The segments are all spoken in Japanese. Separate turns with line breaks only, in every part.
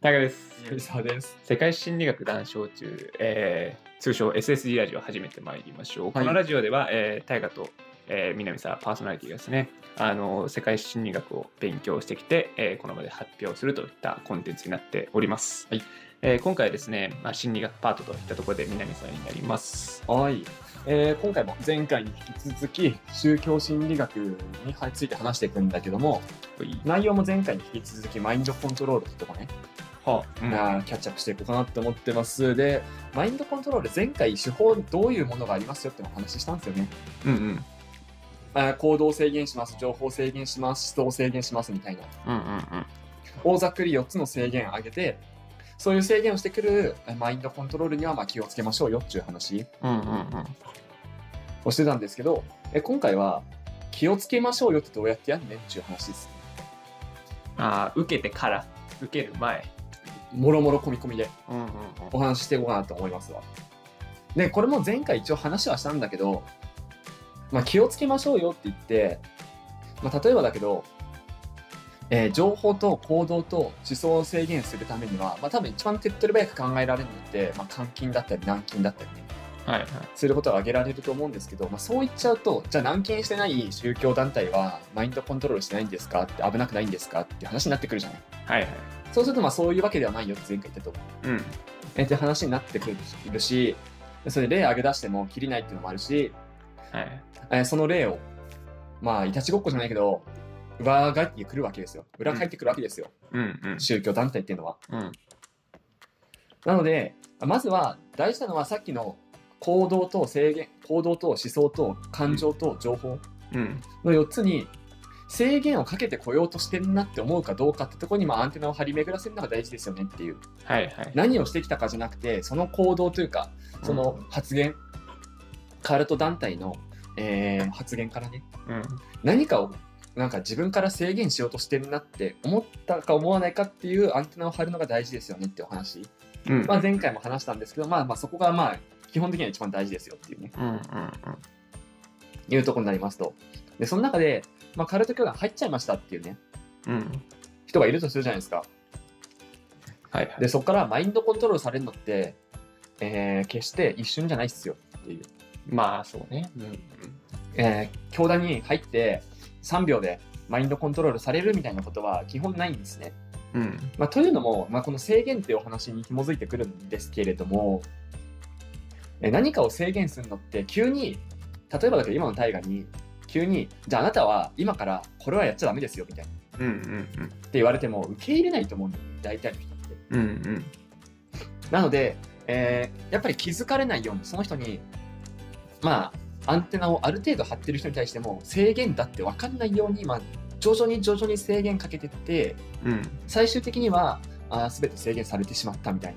タカです。
ゆうさです。
世界心理学談笑中、えー通称 SSG ラジオを始めてまいりましょう。このラジオでは、えー、大河と、えー、南沢パーソナリティがですね、あの世界心理学を勉強してきて、えーこの場で発表するといったコンテンツになっております。
はい
えー今回はですね、まあ、心理学パートといったところで南沢になります。
はい、えー今回も前回に引き続き宗教心理学について話していくんだけども内容も前回に引き続きマインドコントロールってとこね、
はあ、うん
あーキャッチアップしていこうかなって思ってますでマインドコントロール前回手法どういうものがありますよってのお話ししたんですよね
うんうん
あー行動を制限します情報を制限します思想を制限しますみたいな
うんうん
大ざっくり4つの制限を挙げてそういう制限をしてくるえーマインドコントロールにはまあ気をつけましょうよっていう話
うんうんうんうん
をしてたんですけど、え今回は気をつけましょうよってどうやってやんねんっていう話です。
あー受けてから受ける前
もろもろ込み込みで
うんうんうん
お話ししていこうかなと思いますわ。で、これも前回一応話はしたんだけど、まあ、気をつけましょうよって言って、まあ、例えばだけど、えー情報と行動と思想を制限するためには、まあ、多分一番手っ取り早く考えられるのって、まあ、監禁だったり軟禁だったりね、
はいはい
することが挙げられると思うんですけど、まあ、そう言っちゃうとじゃあ軟禁してない宗教団体はマインドコントロールしてないんですかって危なくないんですかっていう話になってくるじゃない
はいはい
そうするとまあそういうわけではないよって前回言ったと思う
うん
えって話になってくるしそれで例挙げ出しても切りないっていうのもあるし、
はい
えーその例をまあいたちごっこじゃないけど裏返ってくるわけですよ裏返ってくるわけですよ、
うんうん
宗教団体っていうのは
うん
なのでまずは大事なのはさっきの行動と制限行動と思想と感情と情報、
うん
の4つに制限をかけてこようとしてんなって思うかどうかってとこにまあアンテナを張り巡らせるのが大事ですよねっていう
はいはい
何をしてきたかじゃなくてその行動というかその発言、カルト団体の、えー発言からね
うん
何かをなんか自分から制限しようとしてんなって思ったか思わないかっていうアンテナを張るのが大事ですよねってお話、
うん
まあ、前回も話したんですけど、まあ、まあそこがまあ基本的には一番大事ですよっていうね
うんうん
いうところになりますと。で、その中で、まあ、カルト教団入っちゃいましたっていうね、
うんうん
人がいるとするじゃないですか。
はいはい
で、そこからマインドコントロールされるのって、えー決して一瞬じゃないっすよっていう。
まあそうねうん
えー教団に入って3秒でマインドコントロールされるみたいなことは基本ないんですね。
うんうん
まあ、というのも、まあ、この制限っていうお話に紐づいてくるんですけれども、え何かを制限するのって急に、例えばだけど今の大河に、急に、じゃああなたは今からこれはやっちゃダメですよみたいな。
うんうん
って言われても受け入れないと思うんだよ大体の人って
うんうんうん
なので、えーやっぱり気づかれないようにその人にまあアンテナをある程度張ってる人に対しても制限だって分かんないように、まあ、徐々に徐々に制限かけてって
うん
最終的にはあー全て制限されてしまったみたい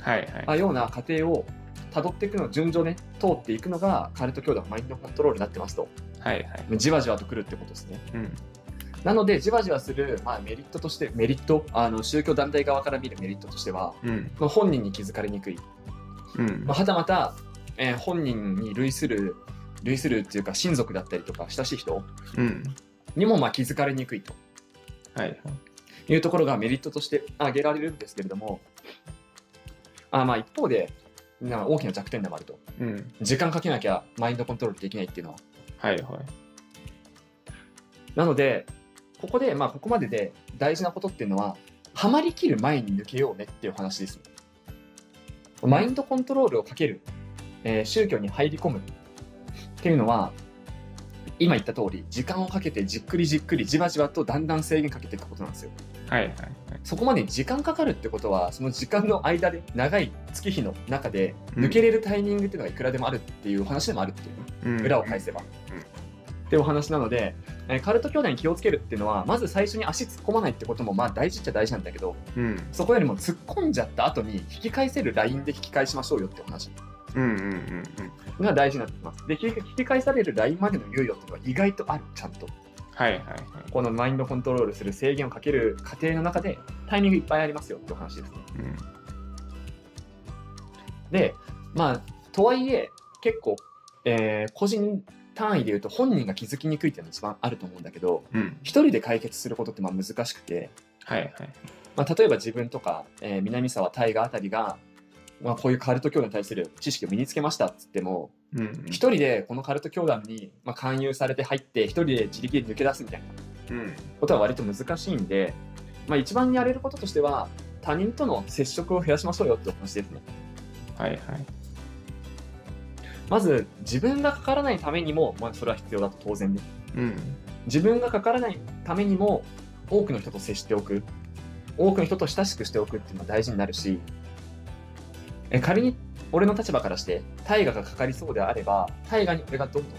はいはい
なような過程を辿っていくの順序ね通っていくのがカルト教団マインドコントロールになってますと
はいはい
じわじわとくるってことですね
うん
なのでじわじわする、まあ、メリットとしてメリットあの宗教団体側から見るメリットとしては
うん
まあ本人に気づかれにくい、
うん
まあはたまた、えー本人に類する類するっていうか親族だったりとか親しい人
うん
にもまあ気づかれにくいと
はいはい
いうところがメリットとして挙げられるんですけれどもあまあ一方でなんか大きな弱点でもあると
うん
時間かけなきゃマインドコントロールできないっていうのは
はいはい
なのでここでまあここまでで大事なことっていうのはハマりきる前に抜けようねっていう話ですマインドコントロールをかける、えー宗教に入り込むっていうのは今言った通り時間をかけてじっくりじっくりじわじわとだんだん制限かけていくことなんですよ
はいはい
そこまでに時間かかるってことはその時間の間で長い月日の中で抜けれるタイミングっていうのがいくらでもあるっていう話でもあるっていう
はい
裏を返せば。
うん
ってお話なので、えーカルト教団に気をつけるっていうのはまず最初に足突っ込まないってこともまあ大事っちゃ大事なんだけど
うん
そこよりも突っ込んじゃった後に引き返せるラインで引き返しましょうよってお話
うんうんうんうん
が大事になってきますで引き引き返されるラインまでの猶予っていうのは意外とあるちゃんと
はいはいはい
このマインドコントロールする制限をかける過程の中でタイミングいっぱいありますよってお話ですね
うん
でまあとはいえ結構、えー個人単位で言うと本人が気づきにくいっていうのが一番あると思うんだけど、
うん
一人で解決することってまあ難しくて
はいはい
まあ、例えば自分とか、えー南沢大河あたりが、まあ、こういうカルト教団に対する知識を身につけましたっつっても
うんうん
一、人でこのカルト教団に、まあ、勧誘されて入って一人で自力で抜け出すみたいな
うん
ことは割と難しいんで、まあ、一番やれることとしては他人との接触を増やしましょうよってお話ですね。
はいはい
まず自分がかからないためにも、まあ、それは必要だと当然ね
うん
自分がかからないためにも多くの人と接しておく多くの人と親しくしておくっていうのは大事になるしえ仮に俺の立場からして大河がかかりそうであれば大河に俺がどんどん、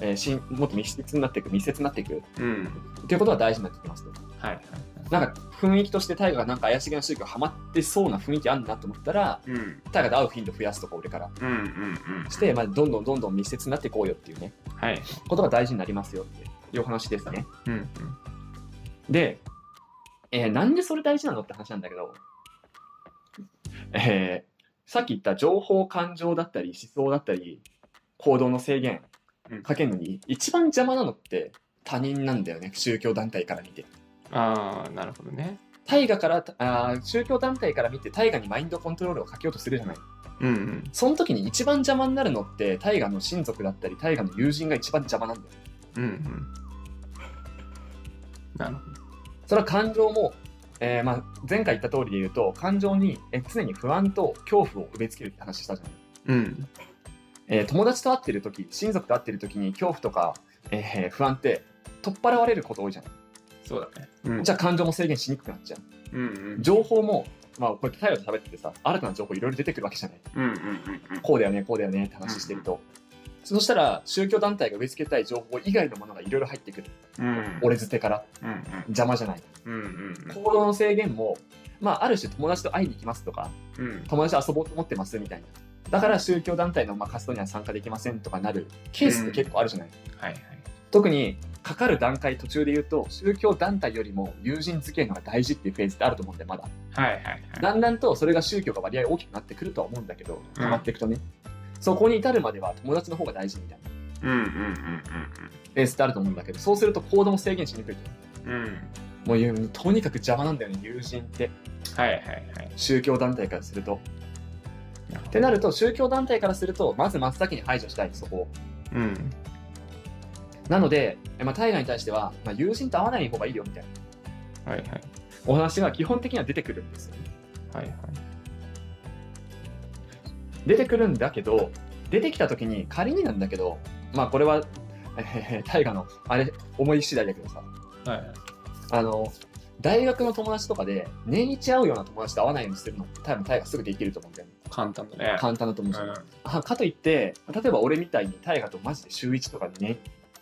えーしんもっと密接になっていく密接になっていく
うん
ということは大事になってきますと
はいはい
なんか雰囲気として大河がなんか怪しげな宗教ハマってそうな雰囲気あんなと思ったら
うんうん
大河で会う頻度増やすとか俺から
うんうん
して、まあ、どんどんどんどん密接になっていこうよっていうね
はい
ことが大事になりますよっていうお話ですね。
うんうん
で、えーなんでそれ大事なのって話なんだけど、えーさっき言った情報、感情だったり、思想だったり、行動の制限
うん
かけるのに、一番邪魔なのって他人なんだよね、宗教団体から見て。
ああなるほどね
大河から、あー宗教団体から見て大河にマインドコントロールをかけようとするじゃない。
うんうん
その時に一番邪魔になるのって、大河の親族だったり、大河の友人が一番邪魔なんだよ。
うんうんなるほ
それは感情も、えーまあ、前回言った通りで言うと感情にえー常に不安と恐怖を植え付けるって話したじゃない、
どうん
えー友達と会ってる時親族と会ってる時に恐怖とか、えー不安って取っ払われること多いじゃない
そうだねうん
じゃあ感情も制限しにくくなっちゃう
うんうん
情報もまあこうやって太陽と喋っててさ新たな情報いろいろ出てくるわけじゃない
うんうんうんうん
こうだよねこうだよねって話してると、そしたら宗教団体が植え付けたい情報以外のものがいろいろ入ってくる
うん
俺捨てから
うん
邪魔じゃない
うんうん
行動の制限もまあある種友達と会いに行きますとか
うんうん
友達と遊ぼうと思ってますみたいな。だから宗教団体のまあ活動には参加できませんとかなるケースって結構あるじゃない、
はいはい
特にかかる段階途中で言うと宗教団体よりも友人付き合いの方が大事っていうフェーズってあると思うんでまだ
はいはいはい
だんだんとそれが宗教が割合大きくなってくるとは思うんだけど
うん
溜まっていくとね、そこに至るまでは友達の方が大事みたいな
うんうん
フェーズってあると思うんだけどそうすると行動も制限しにくいと
うんうんうんうん
もういうとにかく邪魔なんだよね友人って
はいはいはい
宗教団体からすると
なるほ
っ
ど
てなると宗教団体からするとまず真っ先に排除したいそこを
うん
なので、えまあ、大河に対しては、まあ、友人と会わない方がいいよみたいな
はいはい
お話が基本的には出てくるんですよね。
はいはい
出てくるんだけど、出てきた時に仮になんだけど、まあこれは、 えー、大河のあれ、思い次第だけどさ、
はいはい
あの、大学の友達とかで年一会うような友達と会わないようにするのって多分大河すぐできると思うんだよね。
簡単だね
簡単だと思うし、あかといって、例えば俺みたいに大河とマジで週1とかにね、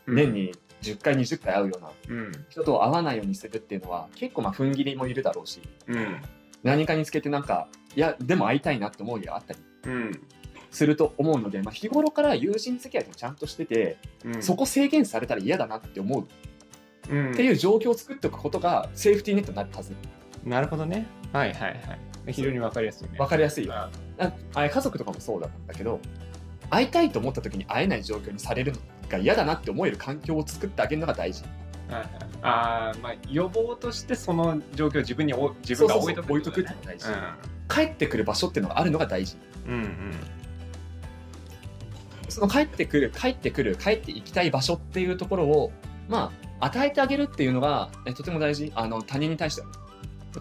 うん
年に10回、20回会うような
うん
人と会わないようにするっていうのは結構まあ踏ん切りもいるだろうし、
うん
何かにつけてなんかいやでも会いたいなって思うよあったり
うん
すると思うので、まあ、日頃から友人付き合いもちゃんとしてて、
うん
そこ制限されたら嫌だなって思うっ
うん
ていう状況を作っておくことがセーフティーネットになるはず
なるほどねはいはいはい非常にわかりやすいね
わかりやすいよ
あ
ああ家族とかもそうだったんだけど会いたいと思った時に会えない状況にされるのが嫌だなって思える環境を作ってあげるのが大事
はいはいあーまあ予防としてその状況を自分にお自分が置いとく
そうそうそう置いとく
っ
って
こ
てのが大
と
事、
だね
帰ってくる場所っていうのがあるのが大事
うんうん
その帰ってくる帰ってくる帰って行きたい場所っていうところをまあ与えてあげるっていうのがえとても大事あの他人に対してはね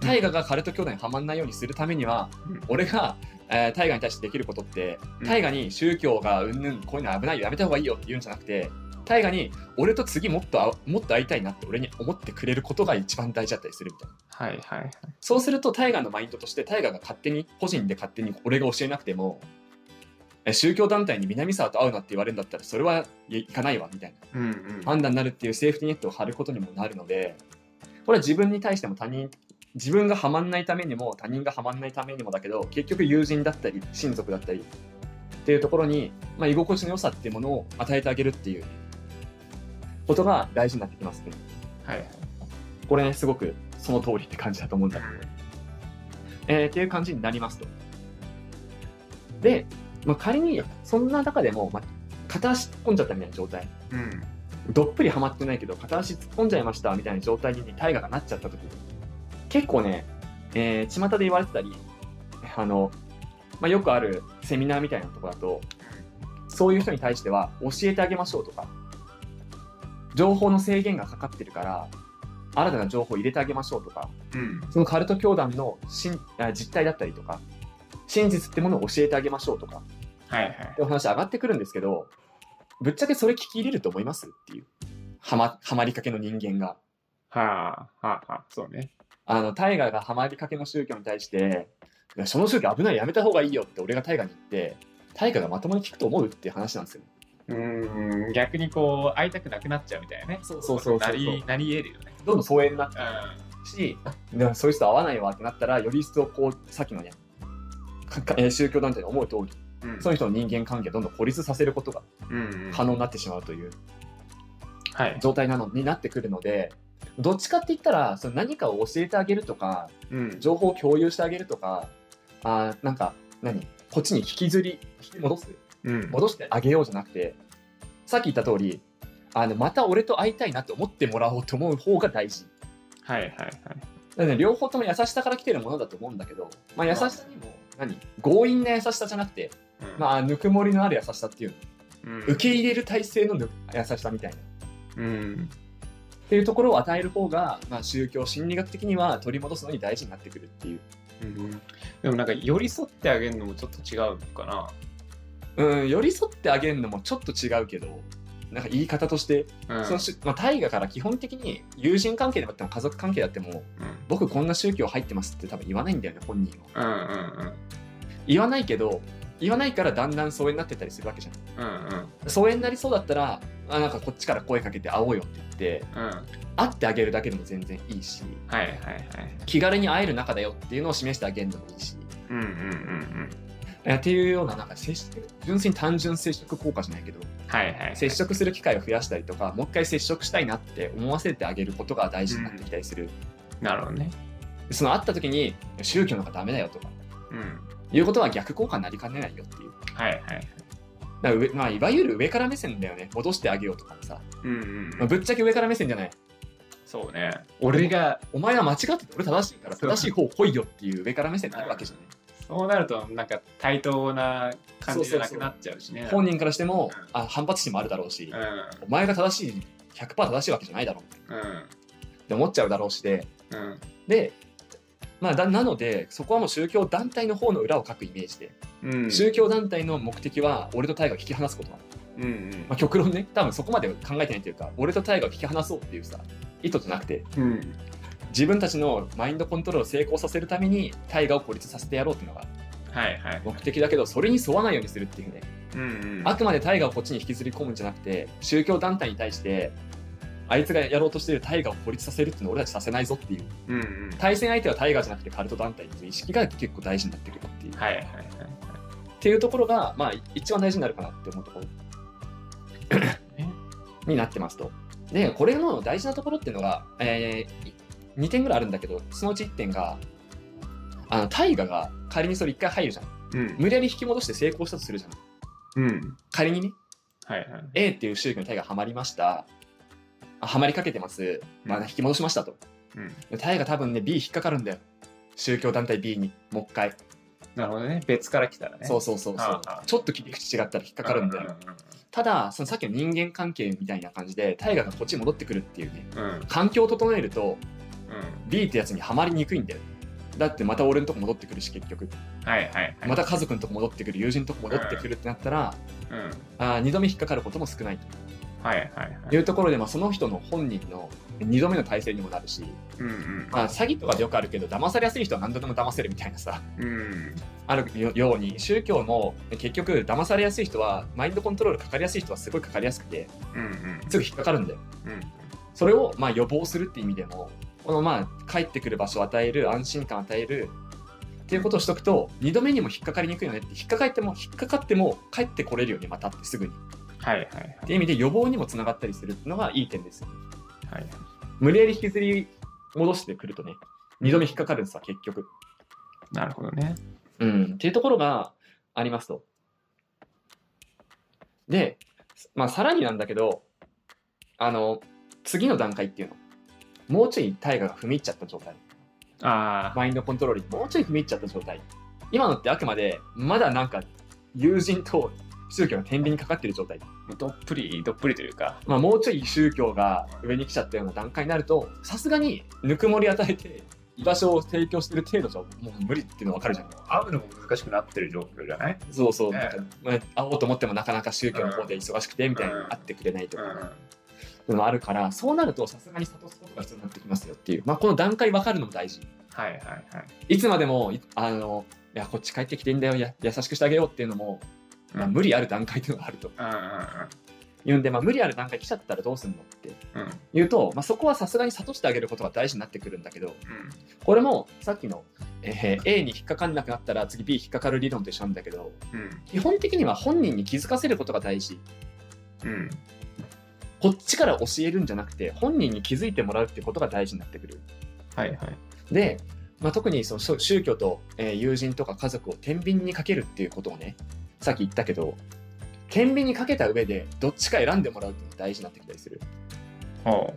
大河がカルト教団にはまんないようにするためには、
うん
俺が、えー、大河に対してできることって
うん
大河に宗教がうんぬんこういうの危ないよやめた方がいいよって言うんじゃなくて大河に俺と次もっと会うもっと会いたいなって俺に思ってくれることが一番大事だったりするみたいな
はいはいはい
そうすると大河のマインドとして大河が勝手に個人で勝手に俺が教えなくてもえ宗教団体に南沢と会うなって言われるんだったらそれはい行かないわみたいな
うんうん
判断になるっていうセーフティーネットを張ることにもなるのでこれは自分に対しても他人自分がハマんないためにも他人がハマんないためにもだけど結局友人だったり親族だったりっていうところに、まあ、居心地の良さっていうものを与えてあげるっていうことが大事になってきますね。
はいはい
これねすごくその通りって感じだと思うんだけどえーっていう感じになりますと。で、まあ、仮にそんな中でも、まあ、片足突っ込んじゃったみたいな状態、
うん
どっぷりはまってないけど、片足突っ込んじゃいましたみたいな状態に大河がなっちゃった時に、結構ね、えー、巷で言われてたりあの、まあ、よくあるセミナーみたいなところだとそういう人に対しては教えてあげましょうとか情報の制限がかかってるから新たな情報を入れてあげましょうとか
うん
そのカルト教団の真あ実態だったりとか真実ってものを教えてあげましょうとか
はいはい
ってお話上がってくるんですけどぶっちゃけそれ聞き入れると思いますっていうはまはまりかけの人間が
はあはあはあそうね
あのタイガーがハマりかけの宗教に対していやその宗教危ないやめた方がいいよって俺がタイガーに言ってタイガーがまともに聞くと思うっていう話なんですよ
うーん逆にこう会いたくなくなっちゃうみたいなね
そうそうそうそう
なりなり得るよね
どんどん疎遠になって
う
くしでもそういう人合わないわってなったらより一層こうさっきのねかかえー宗教団体の思う通り
んうん
その人の人間関係をどんどん孤立させることが
うん
可能になってしまうという
はい
状態なのになってくるのでどっちかって言ったらその何かを教えてあげるとか
うん
情報を共有してあげるとかあーなんか何こっちに引きずり引き戻す
うん
戻してあげようじゃなくてさっき言った通りあのまた俺と会いたいなって思ってもらおうと思う方が大事
はいはいはい
だからね両方とも優しさから来てるものだと思うんだけど、まあ、優しさにも何強引な優しさじゃなくて、
うん
まあ、ぬくもりのある優しさっていうの
うん
受け入れる体制のぬ優しさみたいなっ
うん
ていうところを与える方が、まあ、宗教心理学的には取り戻すのに大事になってくるっていう
うんでもなんか寄り添ってあげるのもちょっと違うのかな
うん寄り添ってあげるのもちょっと違うけどなんか言い方として、
うん
そのしまあ、大河から基本的に友人関係であっても家族関係であっても
うん
僕こんな宗教入ってますって多分言わないんだよね本人は
うんうん
言わないけど言わないからだんだん疎遠になってったりするわけじゃん
うんうんうん
疎遠になりそうだったらあなんかこっちから声かけて会おうよって言って
うん
会ってあげるだけでも全然いいし
はいはいはい
気軽に会える仲だよっていうのを示してあげるのもいいし
うんうんうん
えっていうようななんか接触純粋に単純接触効果じゃないけど
うんはいはい
接触する機会を増やしたりとかもう一回接触したいなって思わせてあげることが大事になってきたりする、
なるほどね
その会った時に宗教なんかダメだよとか
うん
いうことは逆効果になりかねないよっていう
はいはい
だから上まあ、いわゆる上から目線だよね戻してあげようとかもさ、
うんうん
まあ、ぶっちゃけ上から目線じゃない
そうね俺が
お前は間違ってて俺正しいから
そう
正しい方来いよっていう上から目線になるわけじゃない
そうなるとなんか対等な感じじゃなくなっちゃうしね
本人からしても
うん
あ反発心もあるだろうし
う、ん
お前が正しい100%正しいわけじゃないだろう
うん
って思っちゃうだろうしで
うん
で、まあ、だなのでそこはもう宗教団体の方の裏を書くイメージで、
うん
宗教団体の目的は俺とタイガを引き離すことなの、
うんうん
まあ、極論ね多分そこまで考えてないというか俺とタイガを引き離そうっていうさ意図じゃなくて
うん
自分たちのマインドコントロールを成功させるために大河を孤立させてやろうっていうのが
はいはい
目的だけどそれに沿わないようにするっていうね
うんうん
あくまで大河をこっちに引きずり込むんじゃなくて宗教団体に対してあいつがやろうとしている大河を孤立させるっていうのを俺たちさせないぞっていう
うんうん
対戦相手は大河じゃなくてカルト団体っていう意識が結構大事になってくるっていう
はいはいはい
っていうところが、まあ、一番大事になるかなって思うところになってますと。で、これの大事なところっていうのが、えー、2点ぐらいあるんだけど、そのうち1点が、あの大河が仮にそれ1回入るじゃん。
うん
無理やり引き戻して成功したとするじゃん。
うん
仮にね、
はいはい
A っていう宗教に大河はまりました。あはまりかけてます。まあ、
うん
引き戻しましたと。
うん
で大河多分ね、B 引っかかるんだよ。宗教団体 B に、もう一回。
なるほどね別から来たらね
そうそうそうそ
あ
う
あ。
ちょっと切り口違ったら引っかかるんだよ。ただそのさっきの人間関係みたいな感じで大河がこっちに戻ってくるっていうね
うんうんうん
環境を整えると B ってやつにはまりにくいんだよだってまた俺のとこ戻ってくるし結局
はいはいはい
また家族のとこ戻ってくる友人のとこ戻ってくるってなったら、
うん
あー二度目引っかかることも少ない
はいはいは
と
い
いうところで、まあ、その人の本人の二度目の体制にもなるし、
うんうん
まあ、詐欺とかでよくあるけど騙されやすい人は何度でも騙せるみたいなさ
うん
あるように宗教も結局騙されやすい人はマインドコントロールかかりやすい人はすごいかかりやすくて
うんうん
すぐ引っかかるんだよ
うん
それをまあ予防するって意味でもこのまあ帰ってくる場所を与える安心感を与えるっていうことをしとくと2度目にも引っかかりにくいよねって引っかかっても引っかかっても帰ってこれるよねまたってすぐにっ
はいはいはい
ていう意味で予防にもつながったりするっていうのがいい点ですよね
はい
無理やり引きずり戻してくるとね2度目引っかかるんですわ結局、
なるほどね
うん、っていうところがありますとで、まあ、さらになんだけどあの次の段階っていうのもうちょい大河が踏み入っちゃった状態
ああ、
マインドコントロールにもうちょい踏み入っちゃった状態今のってあくまでまだなんか友人と宗教の天秤にかかってる状態、
どっぷり、どっぷりというか、
まあ、もうちょい宗教が上に来ちゃったような段階になるとさすがにぬくもり与えて居場所を提供してる程度じゃもう無理っていうの分かるじゃん
会うのも難しくなってる状況じゃない
そうそう、
ね
なんかまあ、会おうと思ってもなかなか宗教の方で忙しくてみたいに
うん
会ってくれないと
う
か、
ん。
っていうのもあるからそうなるとさすがに諭すことが必要になってきますよっていう、まあ、この段階分かるのも大事
はいはいはい。
いつまでもいあのいやこっち帰ってきていいんだよいや優しくしてあげようっていうのも、まあ、
うん
無理ある段階っていうのがあると
うん
いうんで、まあ、無理ある段階来ちゃったらどうすんのって
うんうん。
言うと、まあ、そこはさすがに諭してあげることが大事になってくるんだけど
うん
これもさっきの、えー A に引っかかんなくなったら次 B 引っかかる理論と一緒なんだけど
うん
基本的には本人に気づかせることが大事
うん
こっちから教えるんじゃなくて本人に気づいてもらうってことが大事になってくる。
はいはい。
で、まあ、特にその宗宗教と、えー友人とか家族を天秤にかけるっていうことをねさっき言ったけど天秤にかけた上でどっちか選んでもらうっていうのが大事になってきたりする
ほ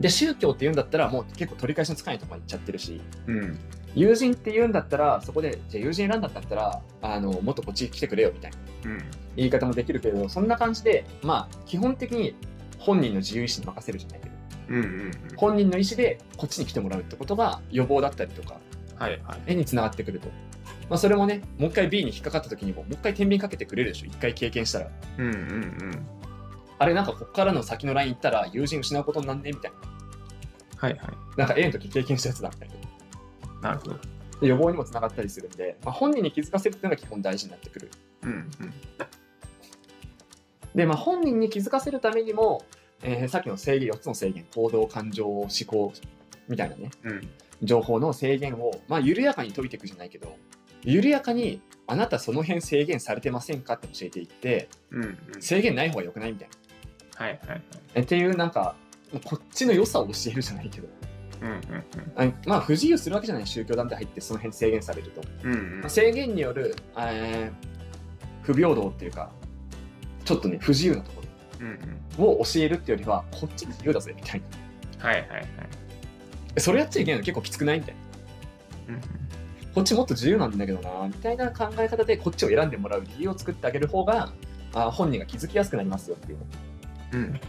で宗教って言うんだったらもう結構取り返しのつかないとこまで行っちゃってるし
う。うん。
友人って言うんだったらそこでじゃあ友人選んだんだったらあのもっとこっち来てくれよみたいな
うん。
言い方もできるけれどそんな感じでまあ基本的に本人の自由意志に任せるじゃないけど
うんうん。
本人の意思でこっちに来てもらうってことが予防だったりとか
はいはい。
絵に繋がってくると、まあ、それもねもう一回 B に引っかかった時にももう一回天秤かけてくれるでしょ一回経験したら
うんうんうん。
あれなんかこっからの先のライン行ったら友人失うことになんねみたいな
はいはい。
なんか A の時経験したやつだみたいな
なるほど。
で予防にも繋がったりするんで、まあ、本人に気づかせるっていうのが基本大事になってくる
うんうん。
で、まあ、本人に気づかせるためにも、えーさっきの制限4つの制限行動感情思考みたいなね
うん。
情報の制限を、まあ、緩やかに解いていくじゃないけど緩やかにあなたその辺制限されてませんかって教えていって
うんうん。
制限ない方が良くないみたいな
はいはいはい。
えっていうなんかこっちの良さを教えるじゃないけど
うんうん
あまあ不自由するわけじゃない宗教団体入ってその辺制限されると、
うん。うんうん。
制限による、えー不平等っていうかちょっとね不自由なとこ
うんうん。
ろを教えるっていうよりはこっち自由だぜみたいな
はいはいはい。
えそれやっちゃいけないの結構きつくないみたい
う
な
んうん。
こっちもっと自由なんだけどなみたいな考え方でこっちを選んでもらう理由を作ってあげる方があ本人が気づきやすくなりますよっていう
うん。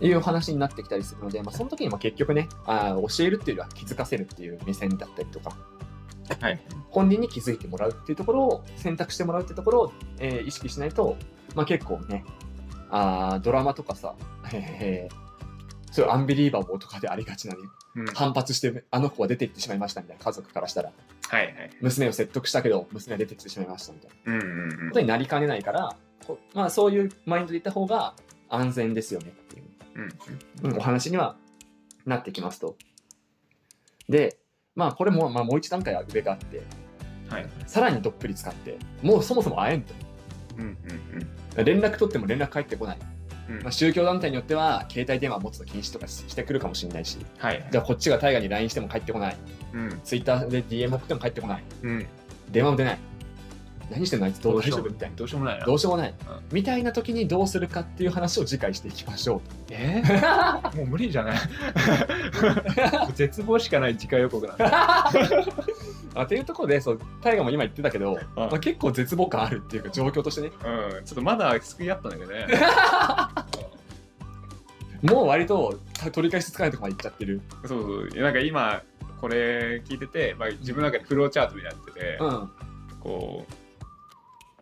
いう話になってきたりするので、まあ、その時にも結局ねあー教えるっていうよりは気づかせるっていう目線だったりとか
はい。
本人に気づいてもらうっていうところを選択してもらうっていうところを、えー意識しないと、まあ、結構ねあードラマとかさ、 えーそういうアンビリーバボーとかでありがちなね
うん。はい
反発してあの子は出て行ってしまいましたみたいな家族からしたら
はい。
娘を説得したけど娘は出て行ってしまいましたみたいな
うんうん
ことになりかねないから、こうまあ、そういうマインドでいった方が安全ですよねっていう
うん。
うんお話にはなってきますと。で、まあこれも、まあ、もう一段階上があって、
はい
さらにどっぷり使って、もうそもそも会えんと。
うんうん
連絡取っても連絡返ってこない。
うん。
まあ、宗教団体によっては、携帯電話持つの禁止とかししてくるかもしれないし、
はい。
じゃあこっちが大河に LINE しても返ってこない、
うん。
Twitter で DM 送っても返ってこない、
うん。
電話も出ない。何してんのあいつどう
しよ
大丈
う
夫みたいな。
どうしようもないな
ど。うしようもない、
ん
みたいな時にどうするかっていう話を次回していきましょ
え
う。
ー もう無理じゃない 絶望しかない次回予告なんだ。
あっていうところでそう大河も今言ってたけど、まあ、結構絶望感あるっていうか状況としてね
うん。ちょっとまだ救いあったんだけどね。
もう割とた取り返しつかないとこまで行っちゃってる、
そうそう。いやなんか今、これ聞いてて、まあ、自分の中でフローチャートになってて、
うん、
こう、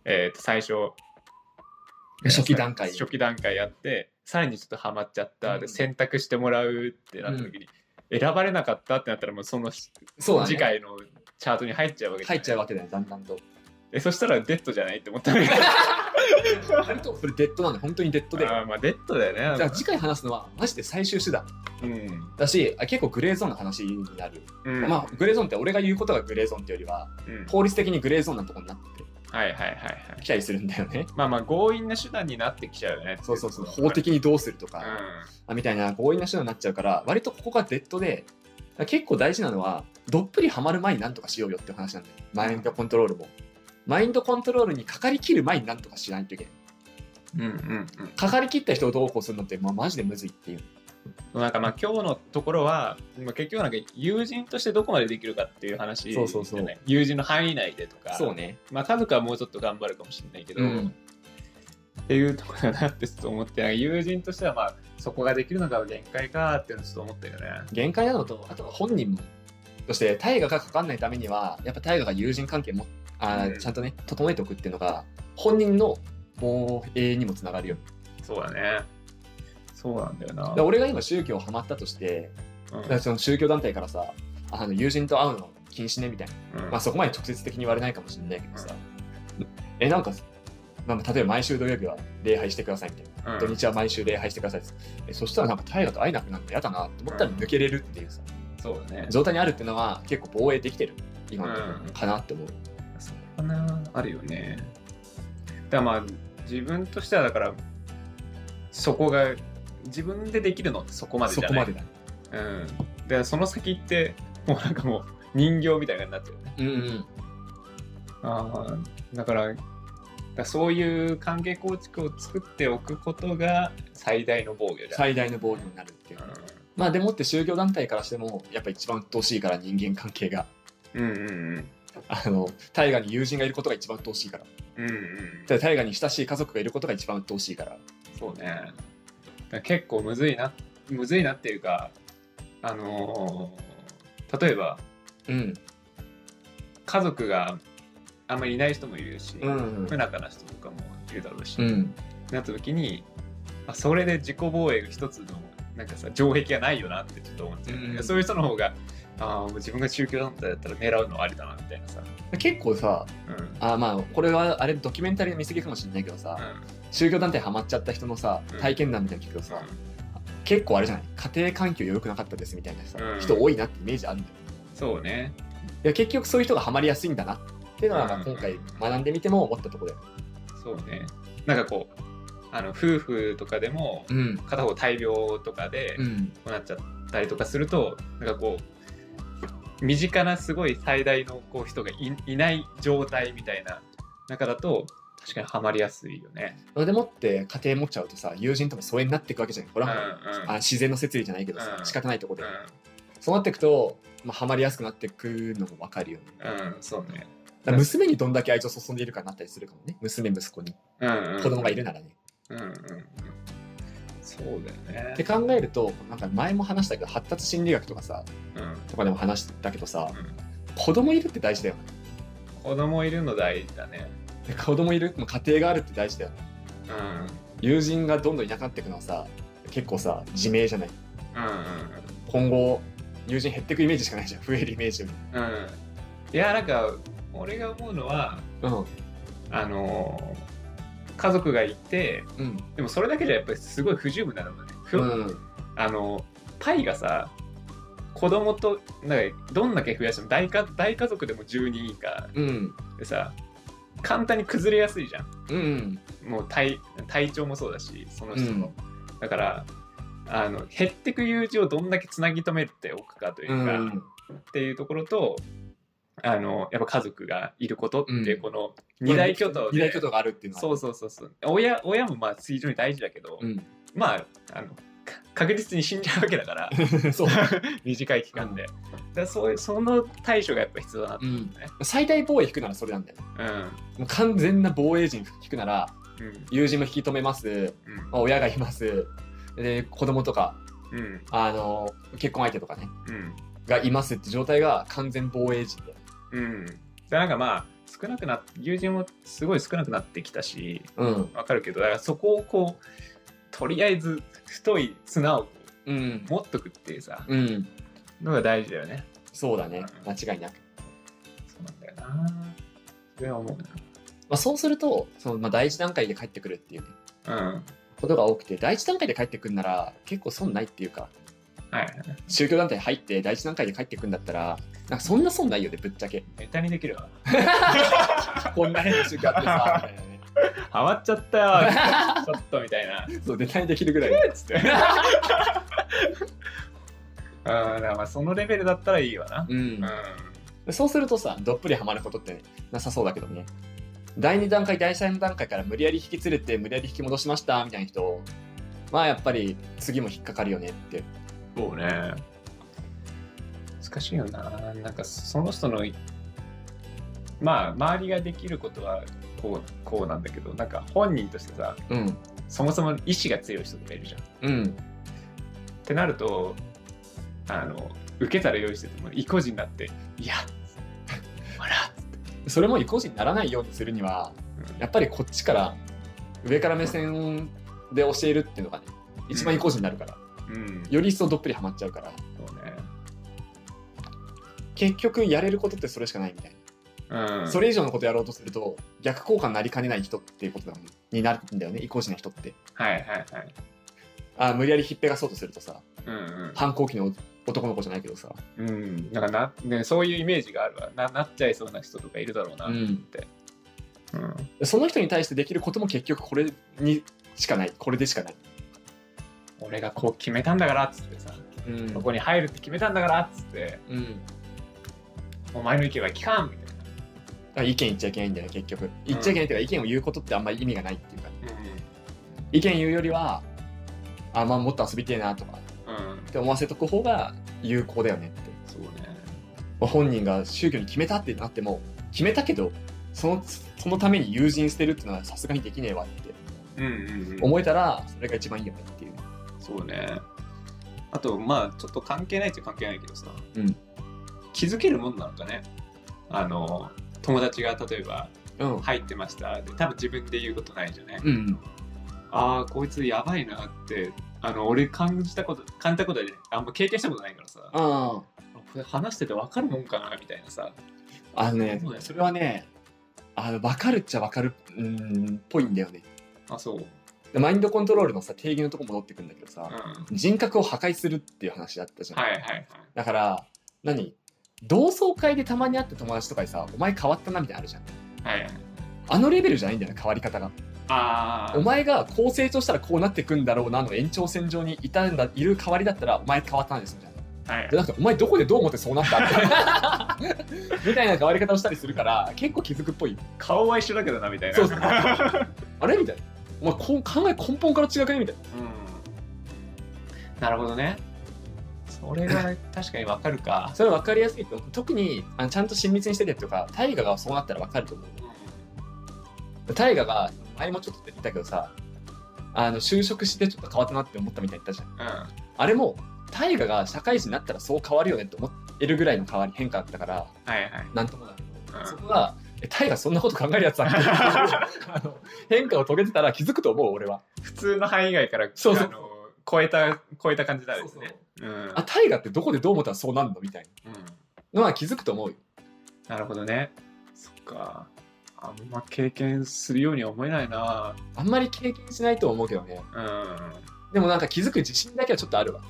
えーと、最初、
初期段階
初期段階やって、さらにちょっとハマっちゃった。
う
で、
ん
選択してもらうってなった時に、選ばれなかったってなったら、もうその
そうだね
次回のチャートに入っちゃうわけじゃ
入
な
っ
い
ちゃうわけだよだんだんと
えそしたらデッドじゃないって思ったんだけど
割とそれデッドなんで本当にデッドで
あーまあデッドだよね
じゃあ次回話すのはマジで最終手段
うん
だしあ結構グレーゾーンの話になる、
うん
まあグレーゾーンって俺が言うことがグレーゾーンっていうよりは
うん
法律的にグレーゾーンなとこになって
はいはいはいはい
きたりするんだよね
まあまあ強引な手段になってきちゃうよね
そうそうそう法的にどうすると
うん
か、あみたいな強引な手段になっちゃうから割とここがデッドで結構大事なのはどっぷりハマる前になんとかしようよって話なんだよマインドコントロールもマインドコントロールにかかりきる前になんとかしないといけな
う
い
んうんうん
かかりきった人をどうこうするのって、まあ、マジでむずいっていう。
なんかまあ今日のところは、まあ、結局なんか友人としてどこまでできるかっていう話じゃ
そ
ないう
そうそう
友人の範囲内でとか
そうね。
まあ、家族はもうちょっと頑張るかもしれないけど、
うん
っていうところだなってちょっと思ってなんか友人としてはまあそこができるのが限界かっていうのをちょっと思ったよね。
限界なのと、あとは本人も。そして、大河がかかんないためには、やっぱ大河が友人関係も、あー
うん
ちゃんとね、整えておくっていうのが、本人の、もう永遠にもつながるよ。
そうだね。
そうなんだよ
だ
な
から。俺が今宗教ハマったとして、
うん
だからその宗教団体からさ、あの友人と会うの禁止ねみたいな。
うん
まあそこまで直接的に言われないかもしれないけどさ、え、なんか、なんか例えば毎週土曜日は礼拝してくださいみたいな、
うん
土日は毎週礼拝してくださいってえそしたらなんか大河と会えなくなるの嫌だなって思ったら抜けれるっていうさ、
そうだね。
状態にあるっていうのは結構防衛できてる、今の
うん
かなって思う。
そうかなあるよねだからまあ自分としてはだからそこが自分でできるのってそこまでじ
そ
ゃ
こ
な
ま
い
でだ。
うんだからその先ってもうなんかもう人形みたいなのになってるね
うんうん。
ああだからだからそういう関係構築を作っておくことが最大の防御じゃん、
最大の防御になるっていう。まあでもって宗教団体からしても、やっぱ一番鬱陶しいから人間関係が。
うん、うんうんうん
あの、大河に友人がいることが一番鬱陶しいから。
うんうん。
ただ大河に親しい家族がいることが一番鬱陶しいから。
そうねだから結構むずいなむずいなっていうかあのー例えば
うん。
家族があんまりいない人もいるし、
うん
不仲な人とかもいるだろうし、
うん。
なった時にあそれで自己防衛が一つのなんかさ城壁がないよなってちょっと思って、
うん
そういう人の方があーもう自分が宗教団体だったら狙うのはありだなみたいなさ、
結構さ、
うんうん
あまあこれはあれドキュメンタリーの見過ぎかもしれないけどさ、宗教団体ハマっちゃった人のさ
うん
体験談みたいなの聞くとさ、結構あれじゃない家庭環境良くなかったですみたいなさ、
うん
人多いなってイメージあるんだよ
そうね
いや結局そういう人がハマりやすいんだなっていうのはまあ
うん
今回学んでみても思ったところだよ、
そうねなんかこうあの夫婦とかでも
うん
片方大病とかで
うん、
こうなっちゃったりとかするとなんかこう身近なすごい最大のこう人がいいない状態みたいな中だと確かにはまりやすいよね。
それでもって家庭持っちゃうとさ友人とも疎遠になっていくわけじゃないこれ
うんう
はもう、あ
ん
自然の摂理じゃないけどさ、
うん
仕方ないとこで、
う
そうなっていくと、まあ、ハマりやすくなっていくのも分かるよねだか
んうんそうね。
ら娘にどんだけ愛情を注んでいるかになったりするかもね娘息子に
うんうん
子供がいるならね、
うんうんうんそうだよね
って。考えるとなんか前も話したけど発達心理学とかさ
うん
とかでも話したけどさ
うん
子供いるって大事だよね
子供いるの大事だね。
で子供いるもう家庭があるって大事だよね
うんうんうん
友人がどんどんいなくなっていくのはさ結構さ自明じゃない
うん
今後友人減っていくイメージしかないじゃん増えるイメージより
うんいやなんか俺が思うのは
うん
あのー家族がいて
うん
でもそれだけじゃやっぱりすごい不十分なのね。ふ
うん
あのパイがさ子供となんかどんだけ増やしても大家大家族でも10人以下
うん
でさ簡単に崩れやすいじゃん
うん
もう体体調もそうだしその人の、だからあの減ってく友人をどんだけつなぎ止めておくかという
う
か、
ん
っていうところとあのやっぱ家族がいることっていう
うん
この二大巨頭で、
二大巨頭があるっていうのは
そうそうそうそう親親もまあ非常に大事だけど、
うん
まああのか確実に死んじゃうわけだから。
そう、
短い期間で、だからそういうその対処がやっぱ必要だなと
うん、 最大防衛引くならそれなんだよ
う
もう完全な防衛陣引くなら
ん
友人も引き止めます
うん
まあ、親がいますで子供とか
うんうん
あの結婚相手とかね
うん
がいますって状態が完全防衛時で、
うんでなんかまあ少なくなっ友人もすごい少なくなってきたし
うん
わかるけどだからそこをこうとりあえず太い綱をこう
うん
持っとくっていうさ
うん、
のが大事だよね
そうだね間違いなく、
そうなんだよなそれは思
まあ、そうするとその、まあ、第一段階で帰ってくるっていう、ね、
うなうんはい
ことが多くて第一段階で帰ってくるなら結構損ないっていうか
はい
宗教団体入って第一段階で帰ってくるんだったらなんかそんな損ないよねぶっちゃけ
ネタにできるわ
こんな変な宗教あってさみたいなね
ハマっちゃった よちょっとみたいな
そう出たりできるぐらい
つ って。ああ、だからまあそのレベルだったらいいわな。
うん
う
そうするとさ、どっぷりハマることってなさそうだけどね。第2段階、第3段階から無理やり引き連れて、無理やり引き戻しましたみたいな人、まあやっぱり次も引っかかるよねって
そうね。
難しいよななんかその人のまあ周りができることはこうこうなんだけどなんか本人としてさ
うん
そもそも意志が強い人とかいるじゃん。っ
うん
てなるとあの受け皿用意してても意固地になって「いやほら
それも意固地にならないようにするには
うん
やっぱりこっちから上から目線で教えるっていうのがね一番意固地になるから
うん
より一層どっぷりハマっちゃうから
そうね
結局やれることってそれしかないみたいな、
うん
それ以上のことやろうとすると逆効果になりかねない人っていうことだもんになるんだよね意固地な人って
はいはいはい
あー無理やりひっぺがそうとするとさ
うん
反抗期の男の子じゃないけどさ、
うん、うん、なんかな、ね、そういうイメージがあるわななっちゃいそうな人とかいるだろうな、
うん
うん
その人に対してできることも結局これにしかないこれでしかない、
俺がこう決めたんだからっつってさ
うん
ここに入るって決めたんだからっつってお前の意見は聞かんみたいな
だから意見言っちゃいけないんだよね結局言っちゃいけないっていうか、意見を言うことってあんまり意味がないっていうか意見言うよりはあまあもっと遊びてえなとかっ
うん、うん、
て思わせとく方が有効だよねって
そうね
本人が宗教に決めたってなっても決めたけどそのそのために友人捨てるっていうのはさすがにできねえわって
うんうん、うん、
思えたらそれが一番いいよねっていう
そうねあとまあちょっと関係ないっちゃ関係ないけどさ、
うん
気づけるもんなのかねあの友達が例えば
うん
入ってましたで多分自分で言うことないじゃね、
うん
ああこいつやばいなってあの俺感じたこと感じたことはねあんま経験したことないからさこ
あ
れ話してて分かるもんかなみたいなさ
あのね
そうだよ
それはねあの分かるっちゃ分かるうーんっぽいんだよね
あそううん
でマインドコントロールのさ定義のとこ戻ってくんだけどさ、
は
人格を破壊するっていう話だったじゃん、
いはいはい
だから何同窓会でたまに会った友達とかにさ「お前変わったな」みたいなのあるじゃん
はいはい
あのレベルじゃないんだよね変わり方が
ああ
お前がこう成長したらこうなってくんだろうなの延長線上にいたんだいる代わりだったらお前変わったんですみたいな
はい
でなんかお前どこでどう思ってそうなっ たみたいなみたいな変わり方をしたりするから結構気づくっぽい
顔は一緒だけどなみたいな
そうそうあれみたいなお前こう考え根本から違くねみたいな
うんなるほどねそれが確かに分かるか
それ分かりやすいと思う特にあのちゃんと親密にしててとか大河がそうなったら分かると 思う大河が前もちょっと言ったけどさあの就職してちょっと変わったなって思ったみたいに言ったじゃん
うんは
あれも大河が社会人になったらそう変わるよねって思えるぐらいの変わり変化だったから
いはい
なんともない
うん
そこがえ大河そんなこと考えるやつだっていう あの変化を遂げてたら気づくと思う俺は
普通の範囲外から
そうそう
あの超えた超えた感じだよね
そうそう
うん
あ大河ってどこでどう思ったらそうなるのみたい
うん
なのは気づくと思うよ
なるほどねそっかあんま経験するようには思えないな
あんまり経験しないと思うけどね
うん
でもなんか気づく自信だけはちょっとあるわ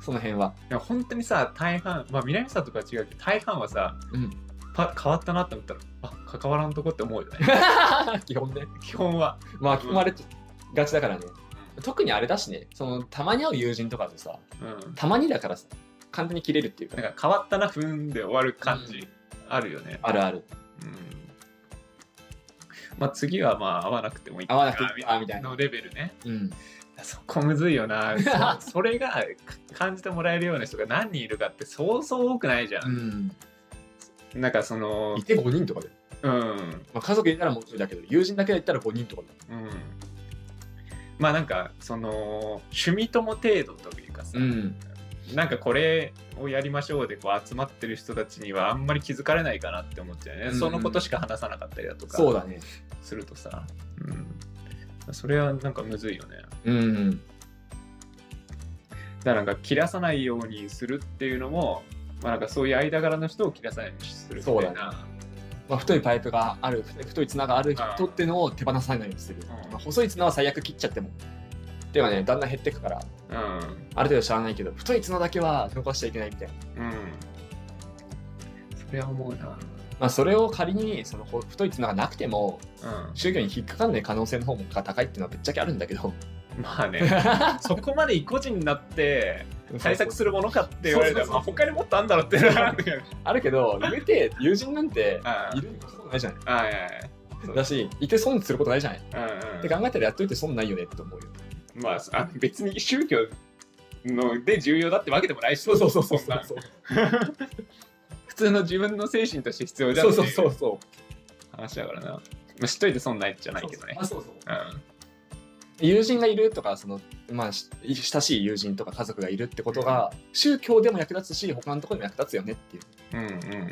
その辺は
でも本当にさ大半まあ南さんとかは違うけど大半はさ、
うん
パ変わったなって思ったらあ関わらんとこって思うよね
基本ね
基本は
巻き込まれがちだからね、特にあれだしねそのたまに会う友人とかとさ
うん
たまにだからさ簡単に切れるっていうか
なんか変わったなふんで終わる感
う
じあるよね
あるある
うんまあ次はまあ合わなくてもいい
合わなくていいかみたいな
のレベルね
うん
そこむずいよ なそそれが感じてもらえるような人が何人いるかってそうそう多くないじゃん、
ん
なんかその
いて5人とかで、
うん
まあ、家族いたらもう一人だけど友人だけでいったら5人とかで
うんまあなんかその趣味友程度というかさ、
ん
なんかこれをやりましょうでこう集まってる人たちにはあんまり気づかれないかなって思っちゃうよね、
うん
そのことしか話さなかったりだと
そう
か
だね
するとさう、ん、それはなんかむずいよね
うん
だからなんか切らさないようにするっていうのも、まあ、なんかそういう間柄の人を切らさないようにするみたいな
そうだまあ、太いパイプがある太い太い綱がある人ってのを手放さないようにする、
うん
まあ、細い綱は最悪切っちゃってもではねだんだん減ってくから
うん
ある程度知らないけど太い綱だけは残しちゃいけないみたいな
うんそれは思うな
まあ、それを仮にそのほ太い綱がなくても
うん
宗教に引っかかんない可能性の方が高いっていうのはぶっちゃけあるんだけ ど
まあねそこまで意固地になって対策するものかって言われたら
そう
ま
そ
あ
うそう
他にもっとあんだろうってなるんだけ ど
あるけど言うて友人なんて
あ
いるに越したことないじゃない
あはいはいそう
だしいて損することないじゃないっ
うん
て考えたらやっといて損ないよねって思うよ
うんまああ別に宗教ので重要だってわけでもないし、
そうそうそうそうそ
ん
う
な普通の自分の精神として必要じゃん
そう
って
そう
い
そううそう
話だからな。まあ、知っといて損ないじゃないけどね。
あそうそう
うん
友人がいるとかその、まあ、し親しい友人とか家族がいるってことが宗教でも役立つし他のところでも役立つよねっていう
うんうんう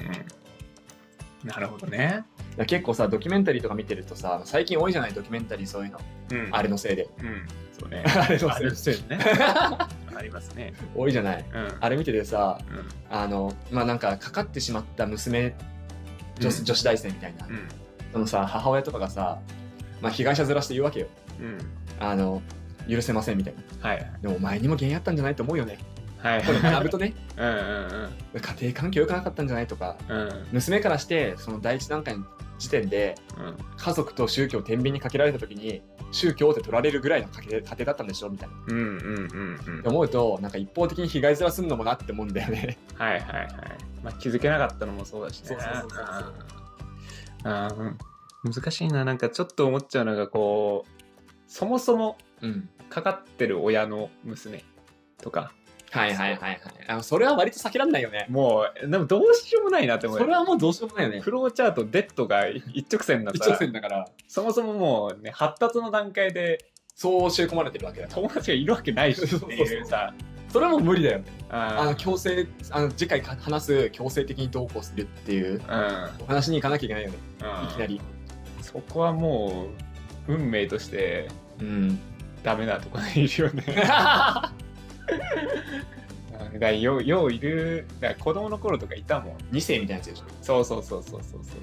ん。なるほどね。
いや結構さドキュメンタリーとか見てるとさ最近多いじゃないドキュメンタリーそういうの、
うん。
あれのせ いで
うん。そうね。
あれの
あ
せい
る
で
そうよね。ありますね。
多いじゃない
うん。
あれ見ててさ
うん。
あのまあなんかかかってしまった娘女,、
うん
女子大生みたいな、
うん。
そのさ母親とかがさ、まあ、被害者ずらして言うわけよ
うん。
あの許せませんみたいな
はい。
でもお前にも原因あったんじゃないと思うよね
はい。
これ学ぶとね
うんうんうん。
家庭環境良くなかったんじゃないとか
うん
娘からしてその第一段階の時点で
うん。
家族と宗教を天秤にかけられた時に宗教って取られるぐらいの家庭家庭だったんでしょみたいな
うんうんうんうん
って。思うとなんか一方的に被害面するのもなって思うんだよね
はいはいはい。まあ、気づけなかったのもそうだしね。
そうそうそうそうそう
うんあーうん難しいな。なんかちょっと思っちゃうのが、こう、そもそも
うん
かかってる親の娘とか、
はいはいはいはいあそれは割と避けられないよね
もう、でもどうしようもないなって思う
そ
よ。
れはもうどうしようもないよね
フローチャート、デッドが一直線だ
一
か
直
ら、
線だから
そもそももうね、発達の段階で
そう教え込まれてるわけだから
友達がいるわけないしっていうさ、
それはもう無理だよねあ
あ
の強制あの次回か話す強制的にどうこうするっていう
ー
お話に行かなきゃいけないよね
うんうん
いきなり
そこはもう、運命として
うん
ダメなとこにいるよね。
あ
うんだからようよういるだから子供の頃とかいたもん
2世みたいなやつでしょ
そうそうそうそうそうそう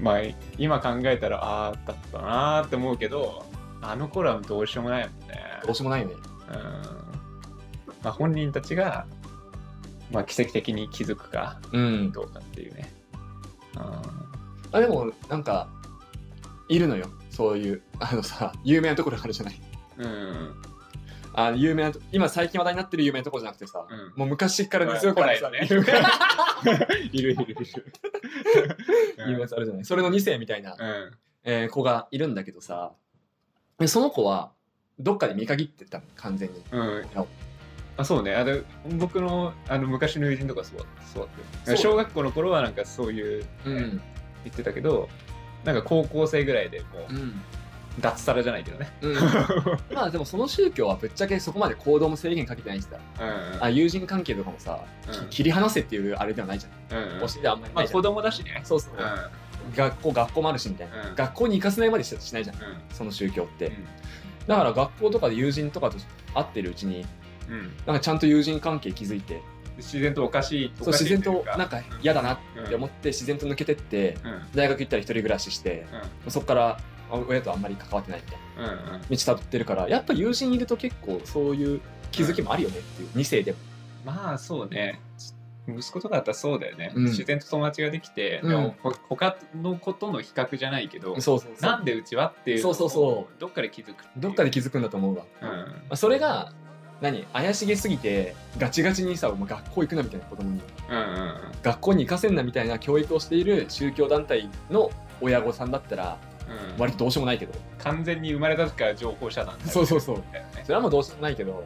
まあ今考えたらああだったなーって思うけどあの頃はどうしようもないもんね
どうしようもないよね
うんまあ本人たちが、まあ、奇跡的に気づくか
うん
どうかっていうねうん
あでもなんかいるのよそういうあのさ有名なところあるじゃない
うん
あの有名なと今最近話題になってる有名なところじゃなくてさ、
うん
もう昔から根強くある さ、
古来
有
の
名 な
いるいるいる
有名なやつあるじゃないそれの2世みたいな、
うん
えー子がいるんだけどさでその子はどっかで見限ってたの完全に
うんあそうねあれ僕のあの昔の友人とかそうだそうだ
そ
って
う
小学校の頃はなんかそういう
うん
言ってたけどなんか高校生ぐらいでも
う、
うん脱サラじゃないけどね
うん、まあでもその宗教はぶっちゃけそこまで行動も制限かけてないしさ
うん
あ友人関係とかもさ、
うん
切り離せっていうあれではないじゃん、
うんうん
教えてあんまり
ま
な
あ
いじゃん、
子供だしね
そうそう、
うんうん
学校学校もあるしみたいな、
うん
学校に行かせないまでししないじゃんその宗教って、だから学校とかで友人とかと会ってるうちに
うんうん
なんかちゃんと友人関係気づいて
自然とおかしい
そう
おかし
自
い
然
ってい
と
うか
なんか嫌だなって思って自然と抜けてって
うんうん
大学行ったら一人暮らししてそこからあ親とあんまり関わってないみたいな
うんうん
道たどってるからやっぱ友人いると結構そういう気づきもあるよねっていう2世でも
まあそうね息子とかだったらそうだよね、
うん
自然と友達ができて、
うん
でもほ他のことの比較じゃないけど、
そうそうそ
な
うん
でうちはっていうのを
そうそうそ
どっかで気づくっていう
どっかで気づくんだと思うわ
う
ま
ん
あそれが何怪しげすぎてガチガチにさお前学校行くなみたいな子供に
うんうんうん
学校に行かせんなみたいな教育をしている宗教団体の親御さんだったら
うん
割とどうしようもないけど
完全に生まれた時から情報遮断
そうそうそう
みたいなね
それはもうどうしようもないけど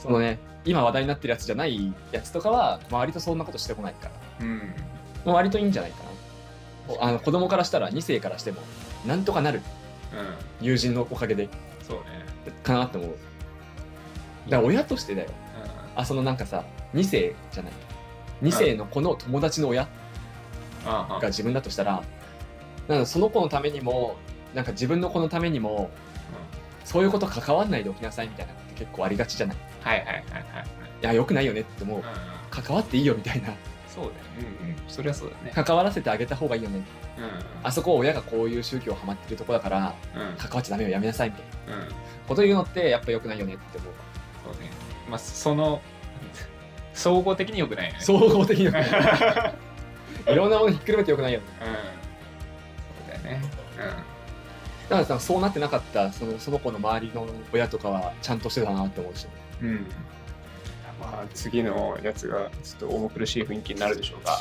そのね今話題になってるやつじゃないやつとかは割とそんなことしてこないから
うんうん
もう割といいんじゃないかなあの子供からしたら2世からしてもなんとかなる
うん
友人のおかげで
そうね
かなって思うだから親としてだよあそのなんかさ2世じゃない2世の子の友達の親
あ
が自分だとしたらなんかその子のためにもなんか自分の子のためにもそういうこと関わんないでおきなさいみたいなのって結構ありがちじゃない
はいはいはいはいはい
いやよくないよねって思う関わっていいよみたいな
そうだようんうんそりゃそうだね
関わらせてあげた方がいいよね
うん
あそこ親がこういう宗教をハマってるとこだから
うん
関わっちゃダメよやめなさいみたいな
うん
こと言うのってやっぱ良くないよねって思う
そうねまあその総合的に良くないよね
総合的に良
う
く
ん
ない いろんなものひっくるめて良くないよね
そうだよね
だからさそうなってなかったそのその子の周りの親とかはちゃんとしてたなって思うし
うんうんまあ次のやつがちょっと重苦しい雰囲気になるでしょうが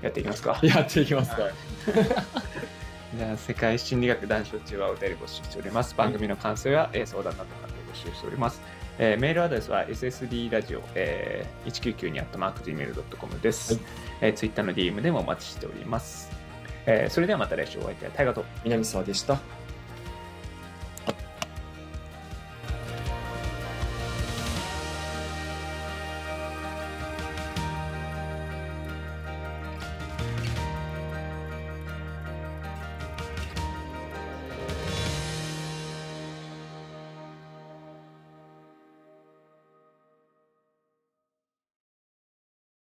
やっていきますか
やっていきますか
じゃあ世界心理学男子中はお便り募集しております。番組の感想やえー相談などなど募集しております。えーメールアドレスは SSD ラジオ、えー、199にアットマーク Gmail.com です、
はい
えー。Twitter の DM でもお待ちしております。えーそれではまた来週お会いいたい。大河と
南沢でした。